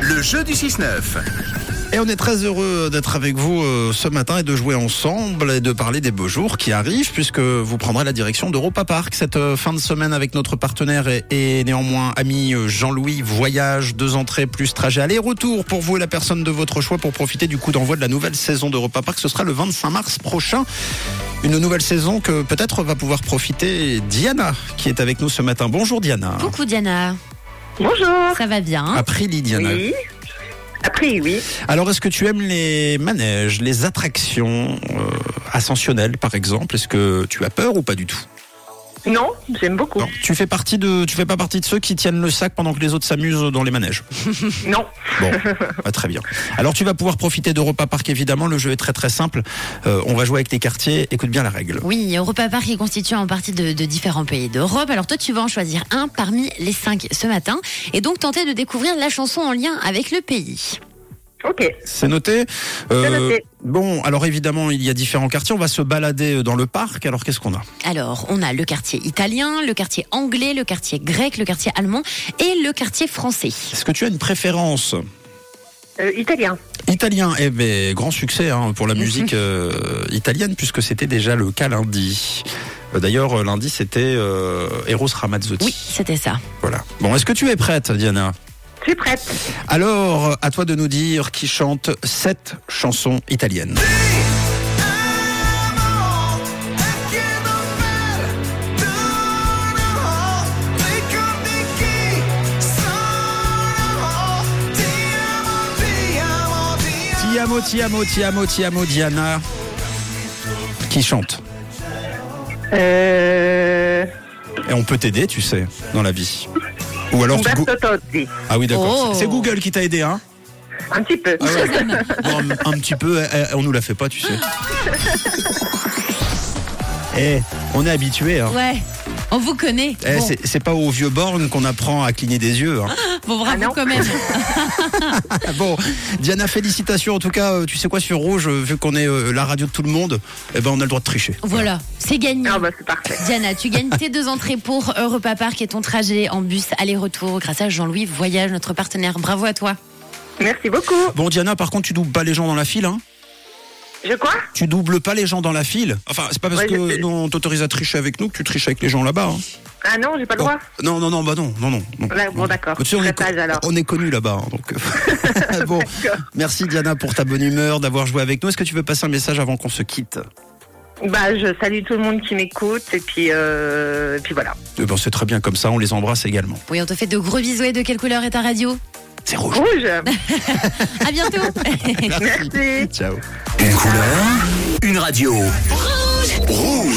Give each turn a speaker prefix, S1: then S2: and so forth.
S1: Le jeu du 6-9.
S2: Et on est très heureux d'être avec vous euh, ce matin et de jouer ensemble et de parler des beaux jours qui arrivent puisque vous prendrez la direction d'Europa Park cette euh, fin de semaine avec notre partenaire et, et néanmoins ami euh, Jean-Louis Voyage, deux entrées plus trajet aller-retour pour vous et la personne de votre choix pour profiter du coup d'envoi de la nouvelle saison d'Europa Park. Ce sera le 25 mars prochain. Une nouvelle saison que peut-être va pouvoir profiter Diana qui est avec nous ce matin. Bonjour Diana.
S3: Coucou Diana,
S4: Bonjour.
S3: ça va bien
S2: A priori Diana.
S4: Oui. Après, oui.
S2: Alors, est-ce que tu aimes les manèges, les attractions euh, ascensionnelles, par exemple Est-ce que tu as peur ou pas du tout
S4: Non, j'aime beaucoup.
S2: Non. Tu fais partie de, tu fais pas partie de ceux qui tiennent le sac pendant que les autres s'amusent dans les manèges.
S4: Non.
S2: Bon, bah, très bien. Alors, tu vas pouvoir profiter d'Europa Park. Évidemment, le jeu est très très simple. Euh, on va jouer avec les quartiers. Écoute bien la règle.
S3: Oui, Europa Park est constitué en partie de, de différents pays d'Europe. Alors toi, tu vas en choisir un parmi les cinq ce matin et donc tenter de découvrir la chanson en lien avec le pays.
S4: Ok.
S2: C'est noté. Euh,
S4: C'est noté.
S2: Bon, alors évidemment, il y a différents quartiers. On va se balader dans le parc. Alors, qu'est-ce qu'on a
S3: Alors, on a le quartier italien, le quartier anglais, le quartier grec, le quartier allemand et le quartier français.
S2: Est-ce que tu as une préférence
S4: Euh, italien.
S2: Italien, eh ben, grand succès hein, pour la musique euh, italienne puisque c'était déjà le cas lundi. Euh, D'ailleurs, euh, lundi c'était euh, Eros Ramazzotti.
S3: Oui, c'était ça.
S2: Voilà. Bon, est-ce que tu es prête, Diana
S4: Je suis prête.
S2: Alors, à toi de nous dire qui chante cette chanson italienne. Ti amo, ti amo, ti amo, ti amo, Diana. Qui chante
S4: Euh...
S2: Et on peut t'aider, tu sais, dans la vie. Ou alors tu...
S4: Umberto Tozzi.
S2: Ah oui, d'accord.
S3: Oh.
S2: C'est Google qui t'a aidé, hein
S4: Un petit peu.
S2: Ah ouais. Bon, un, un petit peu, eh, eh, on nous la fait pas, tu sais. Eh, on est habitué. Hein.
S3: Ouais, on vous connaît.
S2: Eh,
S3: bon,
S2: c'est- C'est pas aux vieux bornes qu'on apprend à cligner des yeux. hein.
S3: bon, bravo
S4: Ah non.
S3: quand même.
S2: Ah bon, Diana, félicitations. En tout cas, euh, tu sais quoi, sur Rouge, euh, vu qu'on est euh, la radio de tout le monde, eh ben, on a le droit de tricher.
S3: Voilà, c'est gagné.
S4: Ah bah c'est parfait.
S3: Diana, tu gagnes tes deux entrées pour Europa Park et ton trajet en bus aller-retour grâce à Jean-Louis Voyage, notre partenaire. Bravo à toi.
S4: Merci beaucoup.
S2: Bon, Diana, par contre, tu doubles pas les gens dans la file. Hein.
S4: Je crois
S2: Tu doubles pas les gens dans la file. Enfin, c'est pas parce
S4: Ouais, je
S2: que
S4: sais.
S2: nous, on t'autorise à tricher avec nous que tu triches avec les gens là-bas. hein.
S4: Ah non, j'ai pas le droit.
S2: Non, non, non, bah non, non, non. non.
S4: Ouais, bon,
S2: Non.
S4: d'accord.
S2: Tu sais, on, est
S4: Très sage, alors.
S2: on est connus là-bas, hein, donc. bon, merci Diana pour ta bonne humeur, d'avoir joué avec nous. Est-ce que tu veux passer un message avant qu'on se quitte
S4: Bah je salue tout le monde qui m'écoute et puis euh... et puis voilà.
S2: Eh ben, C'est très bien comme ça, on les embrasse également.
S3: Oui, on te fait de gros bisous et de quelle couleur est ta radio
S2: C'est rouge.
S4: Rouge.
S3: À bientôt.
S4: Merci.
S2: Ciao.
S1: Une couleur, une radio. Rouge.